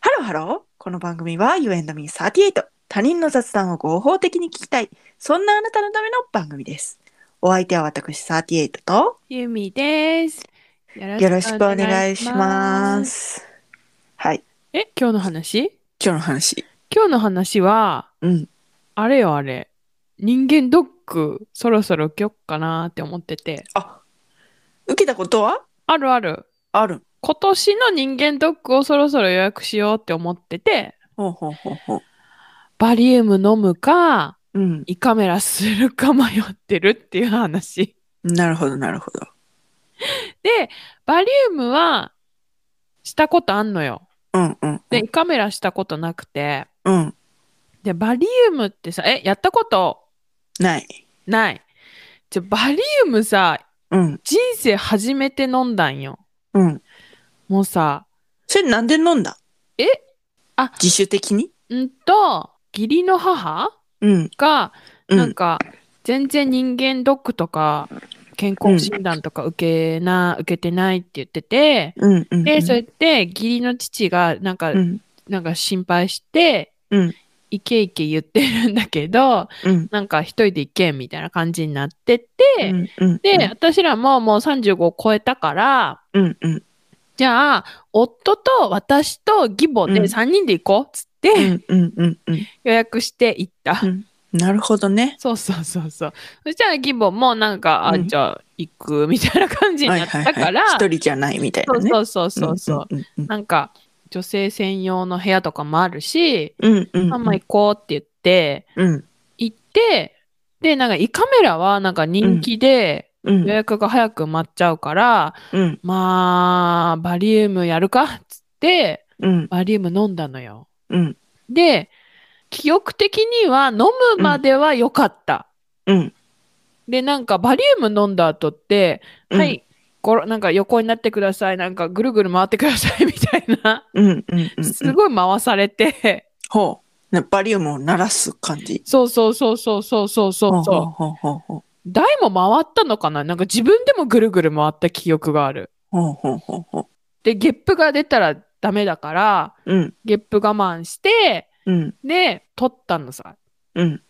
ハロー。この番組は You and me38。他人の雑談を合法的に聞きたい。そんなあなたのための番組です。お相手は私38とゆみです。よよろしくお願いしま。す。はい。え、今日の話今日の話。今日の話は、うん。あれよあれ。人間ドック、そろそろ受けよっかなって思ってて。あ、受けたことはあるある。ある。今年の人間ドックをそろそろ予約しようって思ってて、ほうほうほうほう。バリウム飲むか、うん。胃カメラするか迷ってるっていう話。なるほど、なるほど。で、バリウムは、したことあんのよ。うんうん。で、胃カメラしたことなくて。うん。で、バリウムってさ、え、やったことない。ない。じゃ、バリウムさ、うん。人生初めて飲んだんよ。うん。もうさ、それなんで飲んだえあ自主的にんと、義理の母うん。が、うなんん。か、全然人間ドックとか、健康診断とか受けな、受けてないって言ってて、うん。うん。で、それって、義理の父が、なんか、うん。なんか心配して、うんいけいけ言ってるんだけど、うん。なんか一人で行けんみたいな感じになってて、うんうんで、私らももう35を超えたから、うんうんじゃあ、夫と私と義母でうん3人で行こうっつって、うんうんうんうん予約して行った。うんなるほどね。そうそうそうそう。そしたら義母もなんか、うあ、んじゃあ行くみたいな感じにはいなっはたいかはいら、。一人じゃないみたいなね。そうそうそうそう。うんうんうんなんか、女性専用の部屋とかもあるし、うんうんうん。ママ行こうって言って、うん行って、で、なんか胃カメラはなんか人気で、うん予約が早く埋まっちゃうから、うんまあ、バリウムやるかっつって、うんバリウム飲んだのよ。うんで、記憶的には飲むまでは良かった。うんで、なんかバリウム飲んだ後って、うんはい、ごろなんか横になってください。なんかぐるぐる回ってください。みたいな。うんうんうんうん。すごい回されて。 ほう。ねバリウムを鳴らす感じ。そうそうそうそうそうそうほそうほううそう。ほうほうほう。台も回ったのかななんか自分でもぐるぐる回った記憶がある。ほうほうほうほう。で、ゲップが出たらダメだから、うんゲップ我慢して、うんで、取ったのさ。うん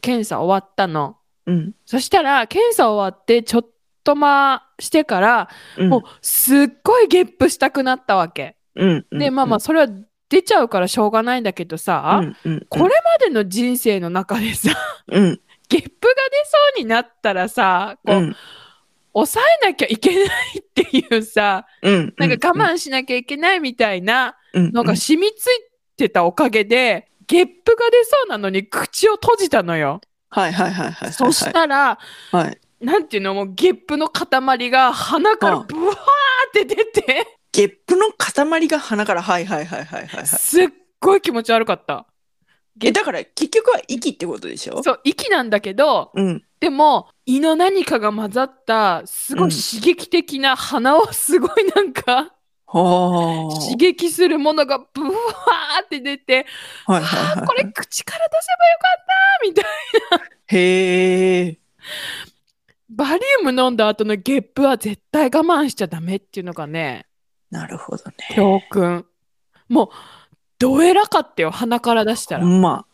検査終わったの。うんそしたら、検査終わって、ちょっとましてから、うん。もう、すっごいゲップしたくなったわけ。うんうん。で、まあまあ、それは出ちゃうからしょうがないんだけどさ、うんうんうん。これまでの人生の中でさ、 うんゲップが出そうになったらさ、こうう、ん抑えなきゃいけないっていうさ、うん。なんか我慢しなきゃいけないみたいな、慢なんか染みついてたおかげで、ゲップが出そうなのに口を閉じたのよ。はいはいはいはい。そしたら、た。はい。なんていうのもうゲップの塊が鼻からうんブワーって出て、ゲップの塊が鼻から、はいはいはいはいはいはい。すっごい気持ち悪かった。え、だから結局は息ってことでしょそう、息なんだけど、うん。でも胃の何かが混ざった、すごい刺激的な鼻をすごいなんか、は刺激するものがブワーって出て、あ。はいはいあはーい。これ口から出せばよかったみたいな。へえ。バリウム飲んだ後のゲップは絶対我慢しちゃダメっていうのがね、なるほどね。教訓。もう、どえらかったよ、鼻から出したら。ま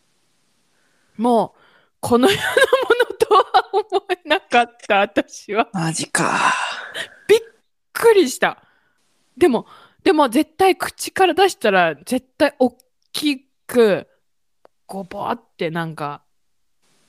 もう、この世のものとは思えなかった、私は。あ、マジか。びっくりした。でも、でも絶対口から出したら、絶対大きく、ごぼってなんか、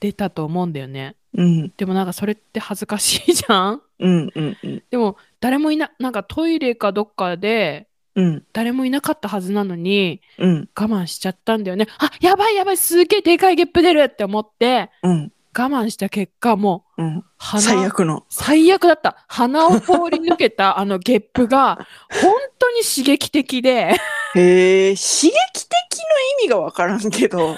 出たと思うんだよね。うん、でもなんかそれって恥ずかしいじゃん うん、うん、うん、でも、誰もいな、なんかトイレかどっかで、うん、誰もいなかったはずなのに、うん、我慢しちゃったんだよね。あ、やばいやばい、すげえでかいゲップ出るって思って、うん、我慢した結果、もう、うん。鼻最悪の。最悪だった。鼻を通り抜けた あのゲップが、本当に刺激的で、 へえ、刺激的の意味がわからんけ ど。なん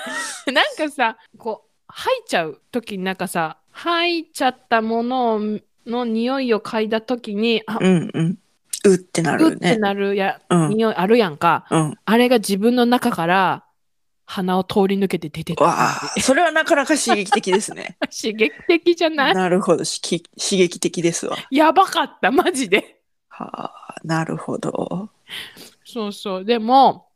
かさ、こう、吐いちゃう時になんかさ、吐いちゃったものをの匂いを嗅いだ時に、あ、うん、うん。うってなうっるてね。なるや、うん、匂いあるやんか。うん。あれが自分の中から鼻を通り抜けて出てわた。あ、それはなかなか刺激的ですね。 刺激的じゃ ないなるほど、しき刺激的ですわ。やばかった、マジで。はあ、なるほど。そうそう。でも、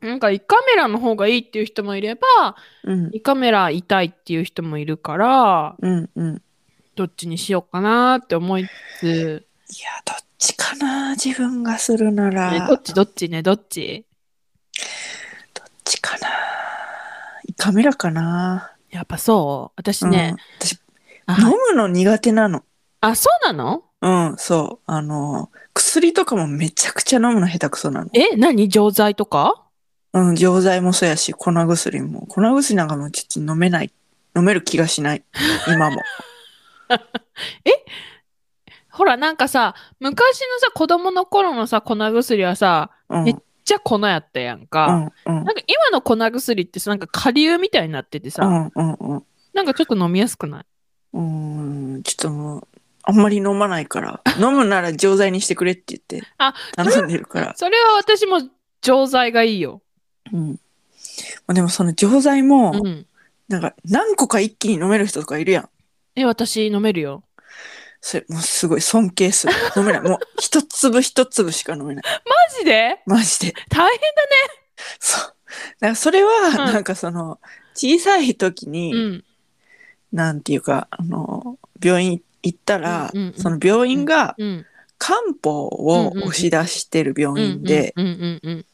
なんか胃カメラの方がいいっていう人もいればうん、胃カメラ痛いっていう人もいるからうん、うん。いどっちにしようかなって思いつや、どっちかな自分がするなつ、ねら。どどっっちどっちねどっちちかなカメラかなやっぱそう私うね、ん私、あ飲むの苦手なの。あそうなのうん、そう。あの、薬とかもめちゃくちゃ飲むの下手くそなの。え何錠剤とかうん、錠剤もそうやし、粉薬も。粉薬なんかもうちょっと飲めない。飲める気がしない。今も。ほらなんかさ昔のさ子供の頃のさ粉薬はさうん。 えじゃ粉やったやんうか、ん、うん。なんか今の粉薬ってさなんか下流みたいになっててさ、うん、うん、なんかちょっと飲みやすくないうん。うん、ちょっともう、あんまり飲まない から、飲むなら錠剤にしてくれって言って、あ頼んでる から。それは私も錠剤がいいよ。うん。まあでもその錠剤も、うん。なんか何個か一気に飲める人とかいるやん。え、私飲めるよ。それ、もうすごい尊敬する。飲めない。 もう一粒一粒しか飲めない。マジでマジで。大変そう。なんかそれは、うんなんかその、小さい時に、うん。なんていうか、あの、病院行ったら、うんうんうんその病院がうん。漢方を押し出してる病院で、うんうんうんうん。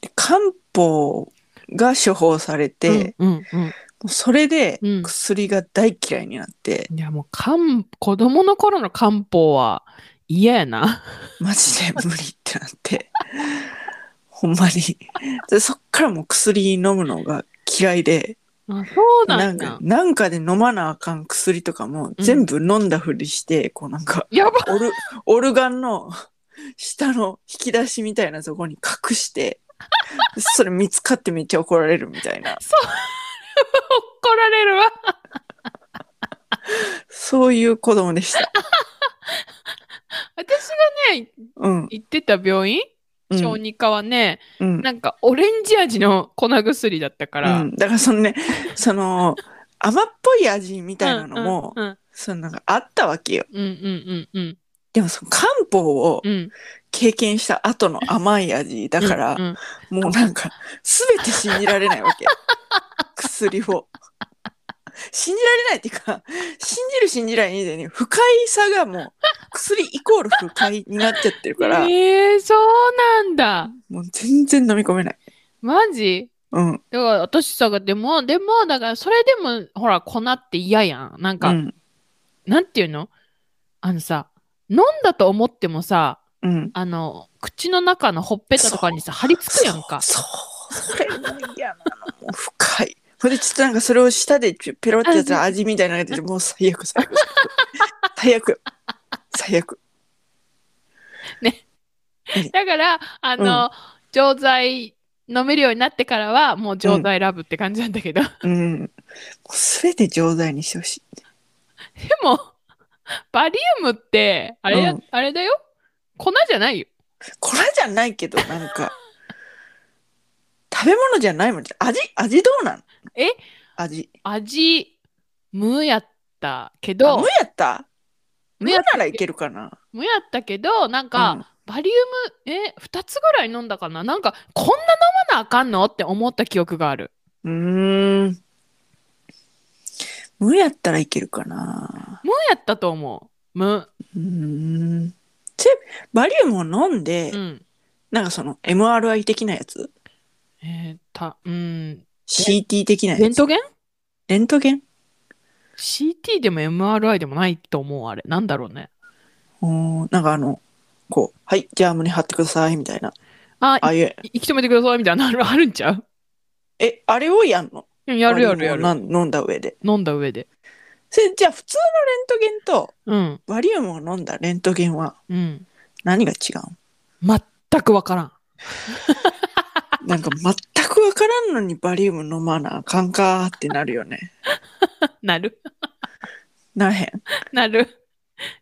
で漢方が処方されて、もうんうんうそれでうん薬が大嫌いになって、うん。いやもう漢、子供の頃の漢方は嫌やな。マジで無理ってなって、 ほんまに。でそっからもう薬飲むのが嫌いで、あ、そうななんんだか、。なんかで飲まなあかん薬とかも全部飲んだふりして、こうなんか、やばオル、オルガンの下の引き出しみたいなとこに隠して、それ見つかってめっちゃ怒られるみたいな、怒られるわ。そういう子供でした。私がね、うん。行ってた病院、うん小児科はね、うん。なんかオレンジ味の粉薬だったから。うん、だからその ね、その、甘っぽい味みたいなのも、うんそのなんかあったわけよ。うんうんうんうんでもその漢方をうんうん。経験した後の甘い味だから、うんうんもうなんか、すべて信じられないわ け。薬を。信じられないっていうか、信じる信じられないでね、不快さがもう、薬イコール不快になっちゃってるから、えー、そうなんだ。もう全然飲み込めない。マジうん。だから私さ、でも、でも、だからそれでも、ほら、粉って嫌やん。なんうか、ん。なんていうのあのさ、飲んだと思ってもさ、うん。あの、口の中のほっぺたとかにさ、張り付くやんか。そう。そうそれも嫌なの。もう不快。それでちょっとなんかそれを舌でペロってやったら味みたいなのが出て、もう最悪、最悪。最悪。最悪。だから、あの、錠剤飲めるようになってからは、もう錠剤ラブって感じなんだけど。 でうん。もうすべて錠剤にしてほしい。も、バリウムって、あれや、うんあれだよ粉じゃないよ。これじゃないけど、なんか、食べ物じゃないもん。味、味どうなのえ味。味、無やったけあ、ど無、やった無無ややったならいけるかな。無やったけど、なんか、うんバリウム、え、2つぐらい飲んだかななんか、こんな飲まなあかんのって思った記憶がある。うーん。無やったらいけるかな。無やったと思う。無。うーん。せバリウムを飲んで、うん。なんかその MRI 的なやつえーた、うん。 ?CT 的なレやンつトゲンレントゲン ?CT でも MRI でもないと思う、あれ。なんだろうね。おーなんかあの、こう、はい、じゃあ胸張ってください、みたいな。あ、ああいう、い息止めてくださいみたいなのあ るあるんちゃうえ、あれをやんのうんやるやるバやリる。ウムをなん飲んだ上で。飲んだ上で。それじゃあ普通のレントゲンとうん。バリウムを飲んだレントゲンはうん。何が違う全くわからん。んなんか全くわからんのにバリウム飲まなあかんかーってなるよね。なる ならへん。なる。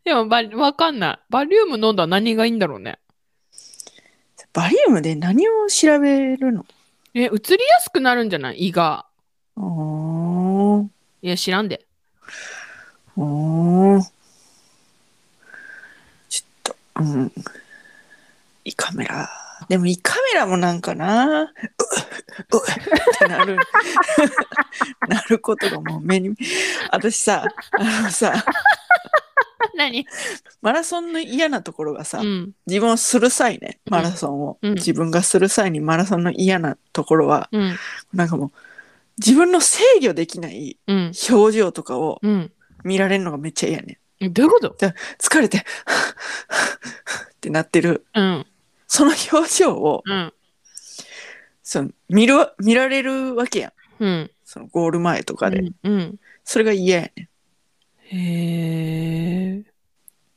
でもバリ、わかんない。バリウム飲んだら何がいいんだろうね。バリウムで何を調べるのえ、移りやすくなるんじゃない胃が。おーいや、知ら んで。おーちょっと、うん。胃カメラでも胃カメラもなんかな、うっ、うっってなる、 なることがもう目に、私さ、あのさ、何マラソンの嫌なところがさ、うん自分をする際ね、マラソンを、うん自分がする際にマラソンの嫌なところは、うんなんかもう、自分の制御できないうん表情とかをうん見られるのがめっちゃ嫌ね。どういうこと疲れて、 ってなってる、うんその表情を、うんその見るわ、見られるわけやん。うんそのゴール前とかで。うんうんそれが嫌やねん。へえ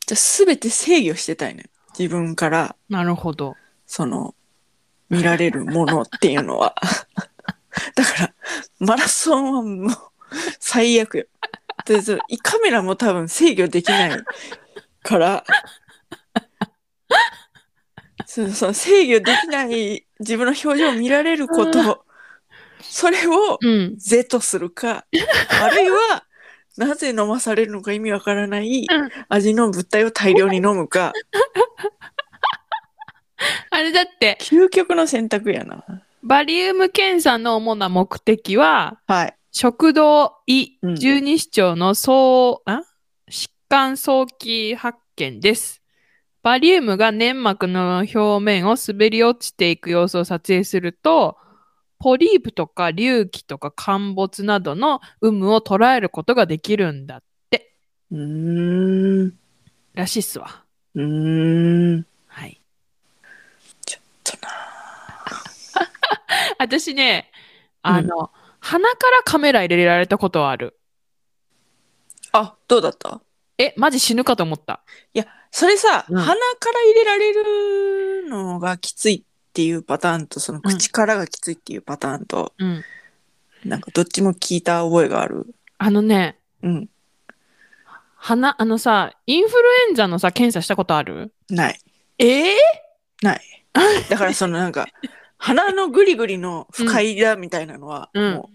じゃあ全て制御してたいねん。自分から、なるほどその、見られるものっていうのは。 だから、マラソンはもう、最悪よ。で、その胃カメラも多分制御できないから、そのその制御できない自分の表情を見られること、それをうん是とするか、あるいは、なぜ飲まされるのか意味わからないうん味の物体を大量に飲むか、あれだって究極の選択やな。バリウム検査の主な目的ははい。食道胃うん十二指腸の総、ん、疾患早期発見です。バリウムが粘膜の表面を滑り落ちていく様子を撮影すると、ポリープとか隆起とか陥没などの有無を捉えることができるんだうーん。らしいっすわ。うーん。はい。とな。私ね、あの、鼻からカメラ入れられたことはある。あ、どうだったえ、マジ死ぬかと思った。いや、それさ、うん鼻から入れられるのがきついっていうパターンと、その口からがきついっていうパターンと、うん。なんかどっちも聞いた覚えがある。あのね、うん。鼻、あのさ、インフルエンザのさ、検査したことあるない。ええない。だからそのなんか、鼻のぐりぐりの不快だみたいなのは、うんも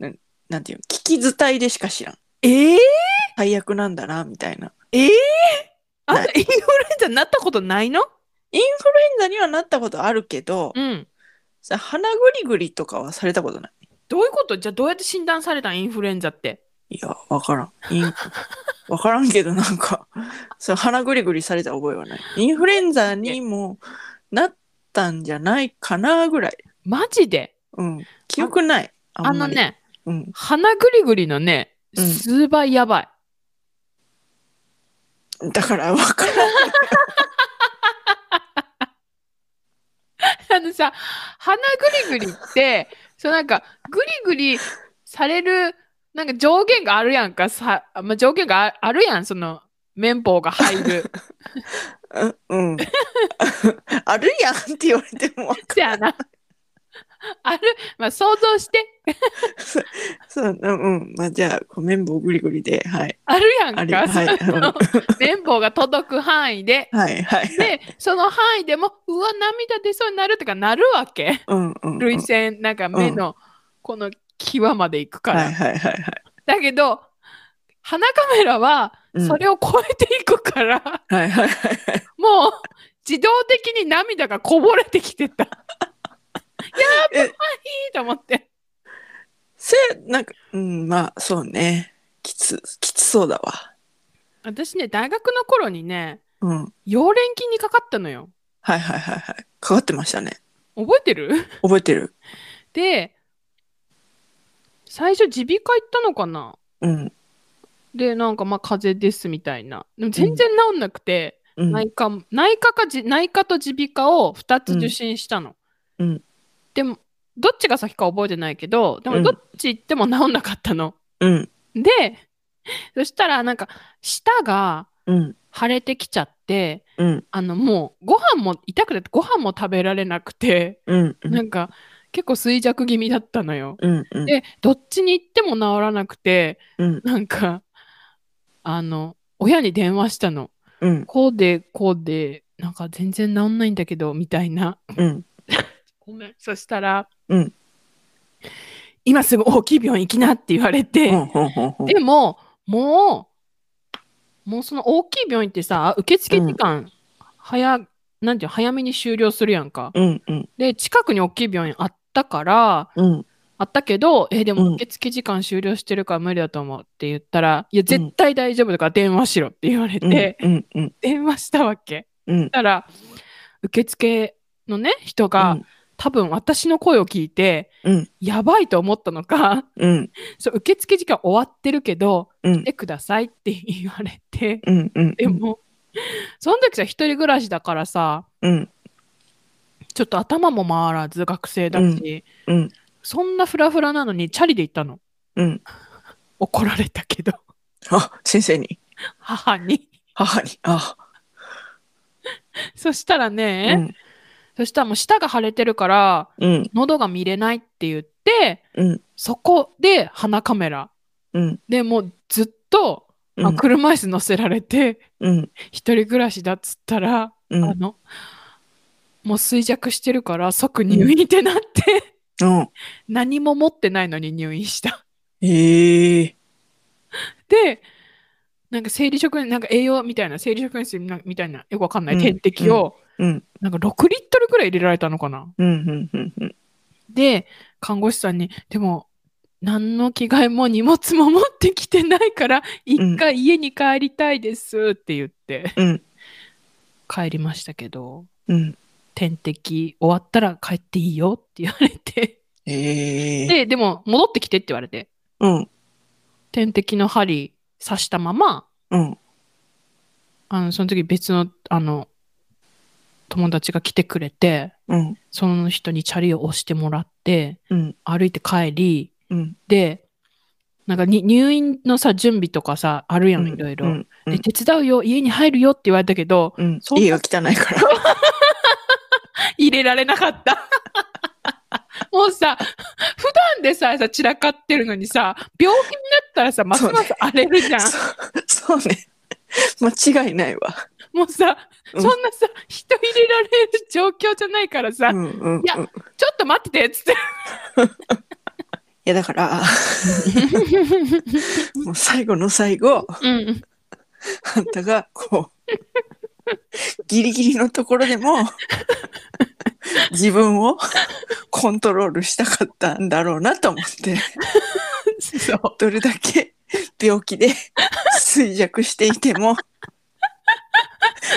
う、なん、なんていうの、聞き伝いでしか知らん。ええ最悪なんだな、みたいな。ええあんなたインフルエンザになったことないのインフルエンザにはなったことあるけど、うん。さ鼻ぐりぐりとかはされたことない。どういうことじゃあどうやって診断されたんインフルエンザって。いや、わからん。インわからんけど、なんか、そう、鼻ぐりぐりされた覚えはない。インフルエンザにもなったんじゃないかなぐらい。マジでうん。記憶ない。ああんまのり。ね、うん。鼻ぐりぐりのね、うん数倍やばい。だから、わからん。あのさ、鼻ぐりぐりって、そうなんか、ぐりぐりされる、なんか上限があるやんか、さまあ、上限がああるやん、その、綿棒が入る。 うん。 うんあるやんって言われてもわせやな。ある、まあ、想像して、そう、うん。まあ、じゃあ、こう綿棒ぐりぐりで、はい。あるやんあるか、はいその、綿棒が届く範囲で。はい、はい。はいで、その範囲でも、うわ、涙出そうになるとかなるわけ。うん、うん。うん涙腺、なんか目の、この際まで行くから。はい、はい、はい。はいだけど、鼻カメラは、うんそれを超えていくから、 はい、はいはい。もう、自動的に涙がこぼれてき てた。やばいえと思って。せ、なんか、うん、まあ、そうね。きつ、きつそうだわ。私ね、大学の頃にね、うん。溶連菌にかかったのよ。はいはいはいはい。かかってましたね。覚えてる 覚えてる。で、最初、耳鼻科行ったのかなうん。で、なんか、まあ、風邪ですみたいな。でも全然治んなくて、うん。内科も、内科かじ、内科と耳鼻科を2つ受診したの。うんうんでも、どっちが先か覚えてないけど、でうも、んどっち行っても治んなかったの。うん。で、そしたら、なんか、舌がうん。腫れてきちゃって、うん。あの、もう、ご飯も痛くて、ご飯も食べられなくて、うん。う。なんんか、結構衰弱気味だったのよ。うん。うん。で、どっちに行っても治らなくて、うん。なんか、あの、親に電話したの。うん。こうで、こうで、なんか全然治んないんだけど、みたいな。うん。ごめん。そしたら、うん今すぐ大きい病院行きなって言われて、ほんほんほんほんでも、もう、もうその大きい病院ってさ、受付時間、早なんていうの早めに終了するやんか。うんうんで近くに大きい病院あったからうんあったけどえでうもん受付時間終了してるから無理だと思うって言ったら、いや絶対大丈夫だから電話しろって言われて、うんうんうん電話したわけ。うんしたら受付のね人が、多分私の声を聞いて、うんやばいと思ったのか うんそう受付時間終わってるけどうん来てくださいって言われてうんうんでも、その時さ一人暮らしだからさうんちょっと頭も回らず学生だし、うんそんなフラフラなのにチャリで行ったのうん怒られたけど あ先生に母に母にあそしたらうね、んそしたらもう舌が腫れてるからうん喉が見れないって言ってうんそこで鼻カメラうんでもうずっと、あうん車椅子乗せられてうん一人暮らしだっつったら、うんあのもう衰弱してるから即入院ってなって、うん何も持ってないのに入院した。 ええでなんか生理食塩なんか栄養みたいな生理食塩水なみたいなよくわかんないうん点滴を、うんなんか6リットルぐらい入れられたのかな。うんうんうんうんで看護師さんに「でも何の着替えも荷物も持ってきてないから一回家に帰りたいです」って言って、うん帰りましたけどうん点滴終わったら帰っていいよって言われてええででも戻ってきてって言われてうん点滴の針刺したままうんあのその時別のあの友達が来てくれてうんその人にチャリを押してもらってうん歩いて帰りうんでなんかに入院のさ準備とかさあるやんいろいろ、うんうんで手伝うよ家に入るよって言われたけどうんそんな家が汚いから入れられなかったもうさ普段でささ散らかってるのにさ病気になったらさますます荒れるじゃんそう そうね。間違いないわ。もうさ、うんそんなさ人入れられる状況じゃないからさ、うんうん、うん。いいやちょっと待っててっつってやだから、 もう最後の最後、うんあんたがこう、ギリギリのところでも、自分をコントロールしたかったんだろうなと思って、そうどれだけ病気で衰弱していても、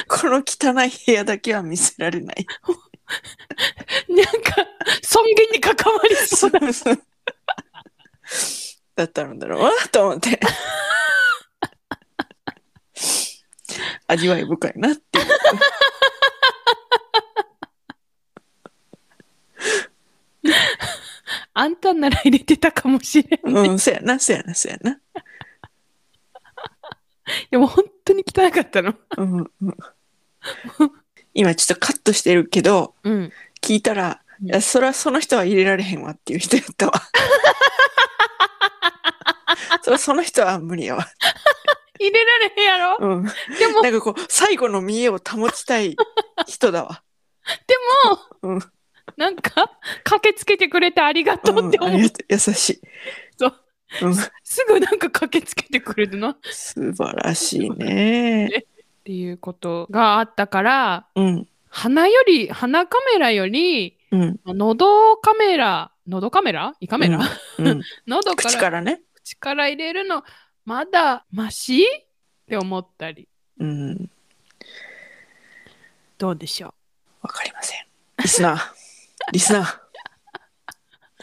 この汚い部屋だけは見せられない。なんか尊厳に関わりそうだだったんだろう なと思って味わい深いなっていうあんたなら入れてたかもしれんうんそやなそやなそやなでも本当に汚かったのうん、うん、今ちょっとカットしてるけどうん聞いたら「いやそらその人は入れられへんわ」っていう人やったわそらその人は無理やわ、入れられへんやろうん、なんでもかこう最後の見栄を保ちたい人だわでうも、んなんか駆けつけてくれてありがとうってうんあ思う、りがとう優しいそう、うん、すぐなんか駆けつけてくれるなっ素晴らしいね。ていうことがあったからうん鼻より鼻カメラよりうん喉カメラ喉カメラ胃カメラ、うんうん、喉から口口かからね。入れるのまだマシって思ったりうん、どうでしょうわかりません。リスナー、リスナ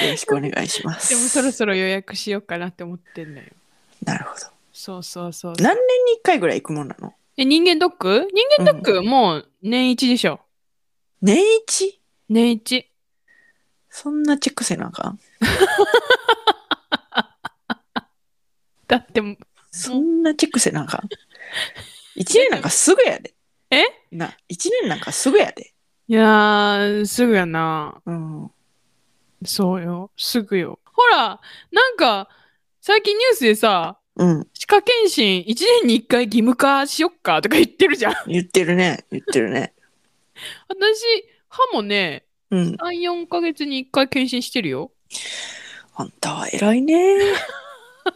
ー、よろしくお願いします。でもそろそろ予約しようかなって思ってんだよなるほど。そうそうそう何年に一回ぐらい行くもんなの？え人間ドック人間ドック、もう年一でしょ年一？年一そんなチェックせなあかん。だってもうそんなチェックせなあかん。一年なんかすぐやで。え？な、一年なんかすぐやで。いやーすぐやなうん。そうよすぐよほらなんか最近ニュースでさうん。歯科検診1年に1回義務化しよっかとか言ってるじゃん言ってるね。言ってるね。私歯もねうん。 34ヶ月に1回検診してるよあんたは偉 いね。あん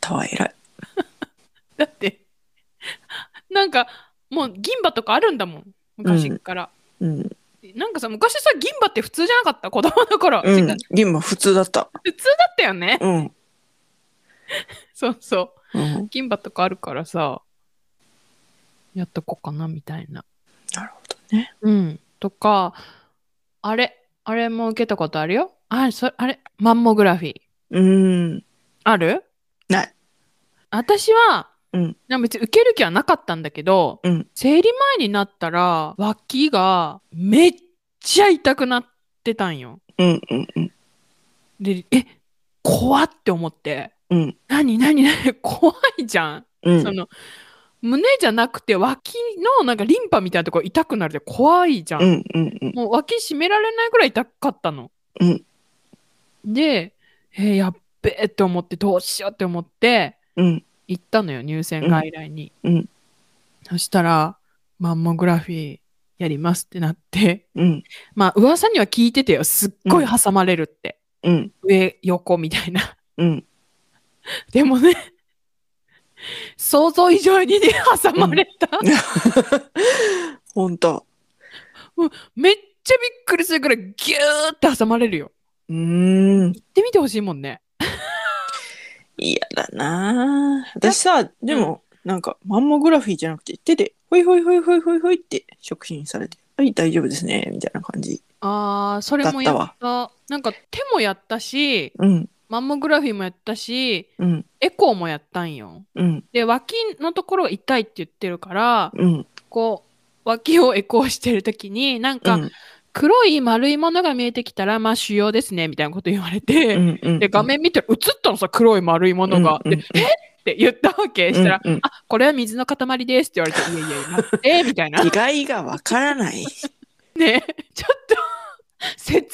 たは偉い。だってなんかもう銀歯とかあるんだもん昔から、うん。なんかさ昔さ銀歯って普通じゃなかった子供の頃、う違んう。銀歯普通だった。普通だったよね、うん。そうそううん。銀歯とかあるからさやっとこうかなみたいななるほどね。うんとかあれあれも受けたことあるよあそあれマンモグラフィーうん。あるない私は、うんなんか別に受ける気はなかったんだけど、うん生理前になったら脇がめっちゃ痛くなってたんようんうんうん。でえ怖って思ってうん何何何 怖いじゃんうんそ。の胸じゃなくて脇のなんかリンパみたいなとこ痛くなるで怖いじゃん、うんうんうん。もう脇締められないぐらい痛かったの、うんで、えーやっべえって思ってどうしようって思ってうん。行ったのよ入選外来に、うんうんそしたらマンモグラフィーやりますってなってうん。まあ噂には聞いててよすっごい挟まれるって、うん。上横みたいな うん。 でもね想像以上にね挟まれた、ほんと。めっちゃびっくりするぐらいギューって挟まれるようーん。行ってみてほしいもんね嫌だなぁ私さ、でも、なんか、マンモグラフィーじゃなくて、手で、ほいほいほいほいほいほいって触診されて、はい、大丈夫ですね、みたいな感じ。あーそれもやったなんか手もやったしうん、マンモグラフィーもやったしうん、エコーもやったんようん、で脇のところが痛いって言ってるからうん、こう脇をエコーしてる時になんうかん、黒い丸いものが見えてきたらまあ腫瘍ですねみたいなこと言われて、うん、うん。で画面見たら映ったのさ黒い丸いものが、うんうんでえって言ったわけしたら、うんうんあこれは水の塊ですって言われていやいやいや待ってみたいな違いがわからない。ねえちょっと説明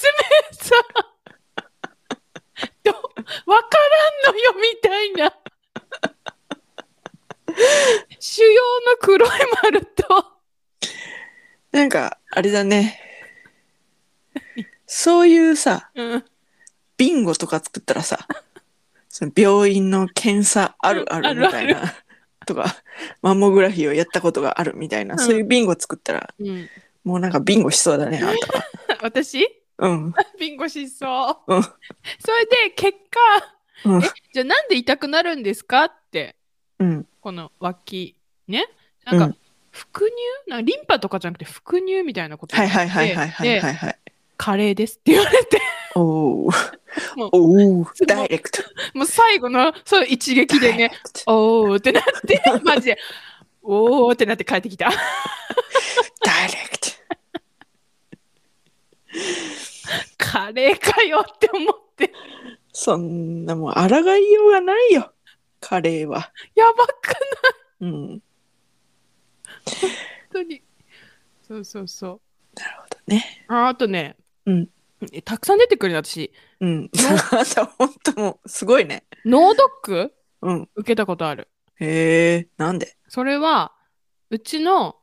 さどわからんのよみたいな腫瘍の黒い丸となんか、あれだね。そういうさ、うんビンゴとか作ったらさ、その病院の検査あるあるみたいあな、とか、マンモグラフィーをやったことがあるみたいな、うんそういうビンゴ作ったら、うん、もうなんかビンゴしそうだね、あんたは。私うん、ビンゴしそううんそれで結果うんえじゃあなんで痛くなるんですかってうん、この脇ねなんか、うん腹乳なんかリンパとかじゃなくて腹乳みたいなことはい言われてはいはいはいはいはいではい。カレーですって言われておおもう。おお。うダイレクト。もう最後のそう一撃でダイレねクト。おーってなって マジでおーってなって帰ってきた ダイレクト。カレーかよって思ってそんなもう抗いようがないよ。カレーは。やばくうないん。本当にそうそうそうなるほどね。ああとね、うんえたくさん出てくるの私うん。 あなた本当もうすごいね。ノードックうん。受けたことあるへえ。なんで。それはうちの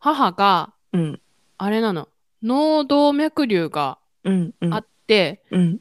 母がうん。あれなの脳動脈瘤がうん。うんあって、うん。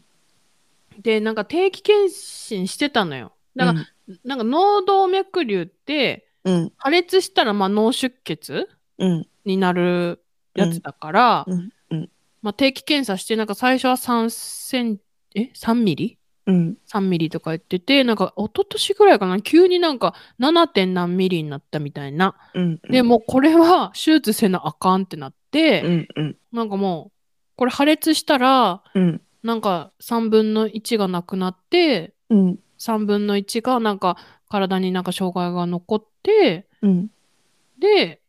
でなんか定期検診してたのよだから、なんか脳動脈瘤ってうん。破裂したらまあ脳出血うん。になるやつだから、うん。うん。まあ、定期検査してなんか最初は3センえ3ミリうん。 3ミリとか言っててなんか一昨年ぐらいかな急になんか 7. 点何ミリになったみたいな、うん。で。もうこれは手術せなあかんってなって、うん。うん。なんかもうこれ破裂したらうん。なんか3分の1がなくなってうん。 3分の1がなんか体になんか障害が残ってうん。で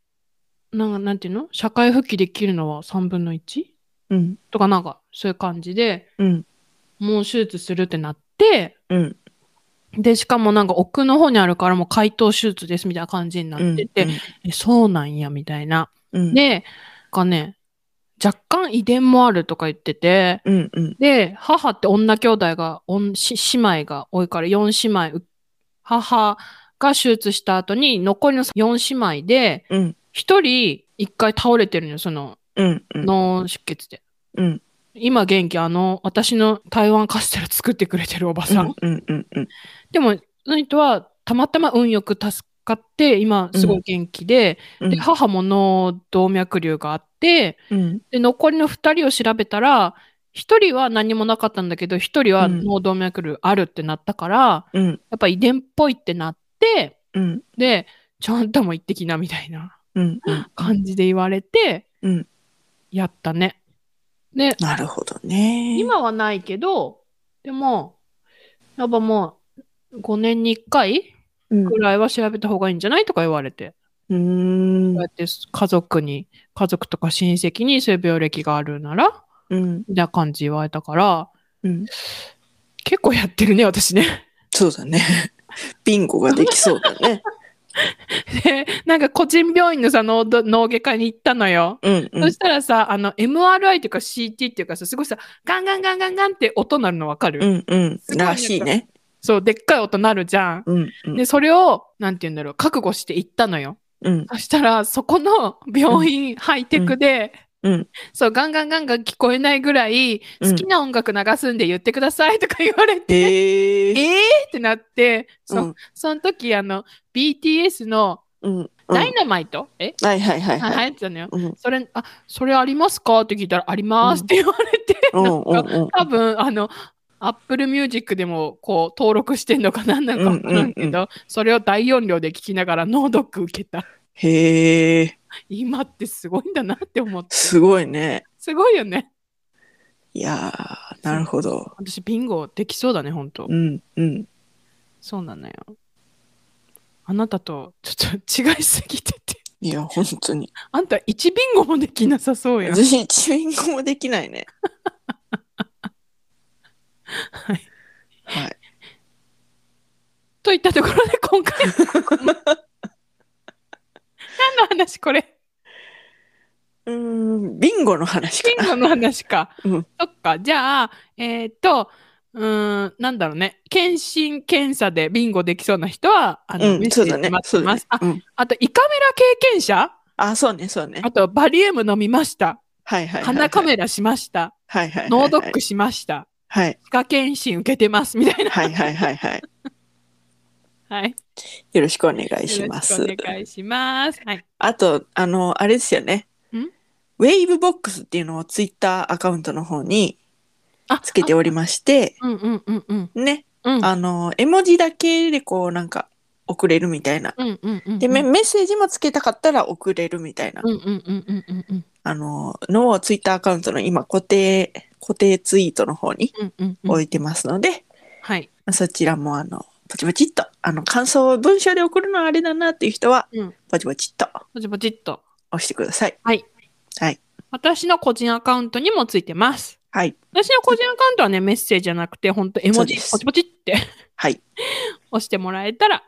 なんかなんていうの社会復帰できるのは3分の 1? うん。とかなんかそういう感じでうん。もう手術するってなってうん。でしかもなんか奥の方にあるからもう解凍手術ですみたいな感じになってて、えそうなんやみたいな。うん。。でなんかね若干遺伝もあるとか言っててうん。うん。で母って女兄弟がおんし姉妹が多いから4姉妹う母が手術した後に残りの4姉妹でうん。 1人1回倒れてるのよそのうん。うん。脳出血で。うん。今元気あの私の台湾カステラ作ってくれてるおばさん、うん。うん。うん。でもその人はたまたま運よく助かって、今すごい元気で、うんで母も脳動脈瘤があって、うんで残りの2人を調べたら、1人は何もなかったんだけど、1人は脳動脈瘤あるってなったから、うんやっぱ遺伝っぽいってなって、うんで、ちゃんとも行ってきなみたいなうん感じで言われて、うんやったね。で、なるほどね。今はないけど、でも、やっぱもう、5年に1回うんぐらいは調べた方がいいんじゃないとか言われて、うーこうんやって家族に、家族とか親戚にそういう病歴があるなら、うんみたいな感じ言われたから、うん結構やってるね、私ね。 そうだね。 ビンゴができそうだね。で、なんか個人病院のさ、脳ど脳外科に行ったのよ。うんうそん したらさ、あの、MRI っていうか CT っていうかさ、すごいさ、ガンガンガンガンガンって音鳴るのわかる、うんうんすごいなんからしいね。そう、でっかい音鳴るじゃん。うんうんで、それを、なんて言うんだろう、覚悟して行ったのよ。うんそしたら、そこの病院、ハイテクで、うんうんそう、ガンガンガンガン聞こえないぐらい、うん好きな音楽流すんで言ってくださいとか言われて、へえ。えーってなって、そ,、うんその時、あの、BTS のうんうんダイナマイト、えはいはいはいははい。い、ってたのよ。うんそれ、あ、それありますかって聞いたら、ありますって言われて、うんうんうん多分、あの、Apple Music でも、こう、登録してんのかなんなのかわからんけど、うんうんそれを大音量で聞きながら、脳ドック受けた。 へえ。今ってすごいんだなって思って。すごいね。すごいよね。いやーなるほど。私、ビンゴできそうだね、本当うんうん。そうなのよ。あなたと、ちょっと違いすぎてて。いや本当に。あんた、1ビンゴもできなさそうやん。私一ビンゴもできないね。はい。はい。といったところで、今回の。 何の話これうーんビンゴの話かビンな。ゴの話か。うんそっか。じゃあ、えーっと、うーん、なんだろうね。検診検査でビンゴできそうな人は、あの、うメッんセそーうだねジ。待っそてうだまねす。あ。うんあと、胃カメラ経験者あそうねそうね。あと、バリウム飲みました。はいはいはいはい。鼻カメラしました。はいはいはいはい。脳ドックしました。はい歯科検診受けてます。みたいな。はいはいはいはい。はい。よろしくお願いしよろましすく。お願いします。はい。あと、あの、あれですよねん。ウェイブボックスっていうのをツイッターアカウントの方にあ、つけておりまして、うんうんうんうん。ね、うん。あの、絵文字だけでこうなんか送れるみたいな。うんうんうん。で、メメッセージもつけたかったら送れるみたいなう、んうんうんうんうんうん。あの、のをツイッターアカウントの今固定、固定ツイートの方にうんうんうん。置いてますので、はい。そちらもあの、ポチポチっと、あの、感想を文章で送るのはあれだなっていう人はうん、ポチポチっとポチポチっと。押してください。私の個人アカウントにもついてます。はい。私の個人アカウントはね、メッセージじゃなくて、本当そ絵文う字ですポチポチって はい。押してもらえたら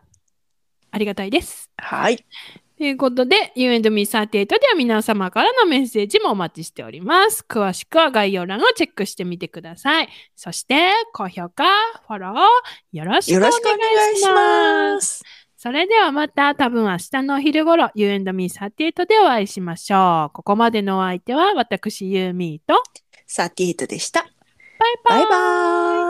ありがたいです。はい。ということで、You and Me38 では皆様からのメッセージもお待ちしております。詳しくは概要欄をチェックしてみてください。そして、高評価、フォロー、よろしくよお願ろしくお願いいししますま。す。それではまた多分明日のお昼頃 You and Me38 でお会いしましょう。ここまでのお相手は私ユーミーとサティエイトでした。バイババイイバイ。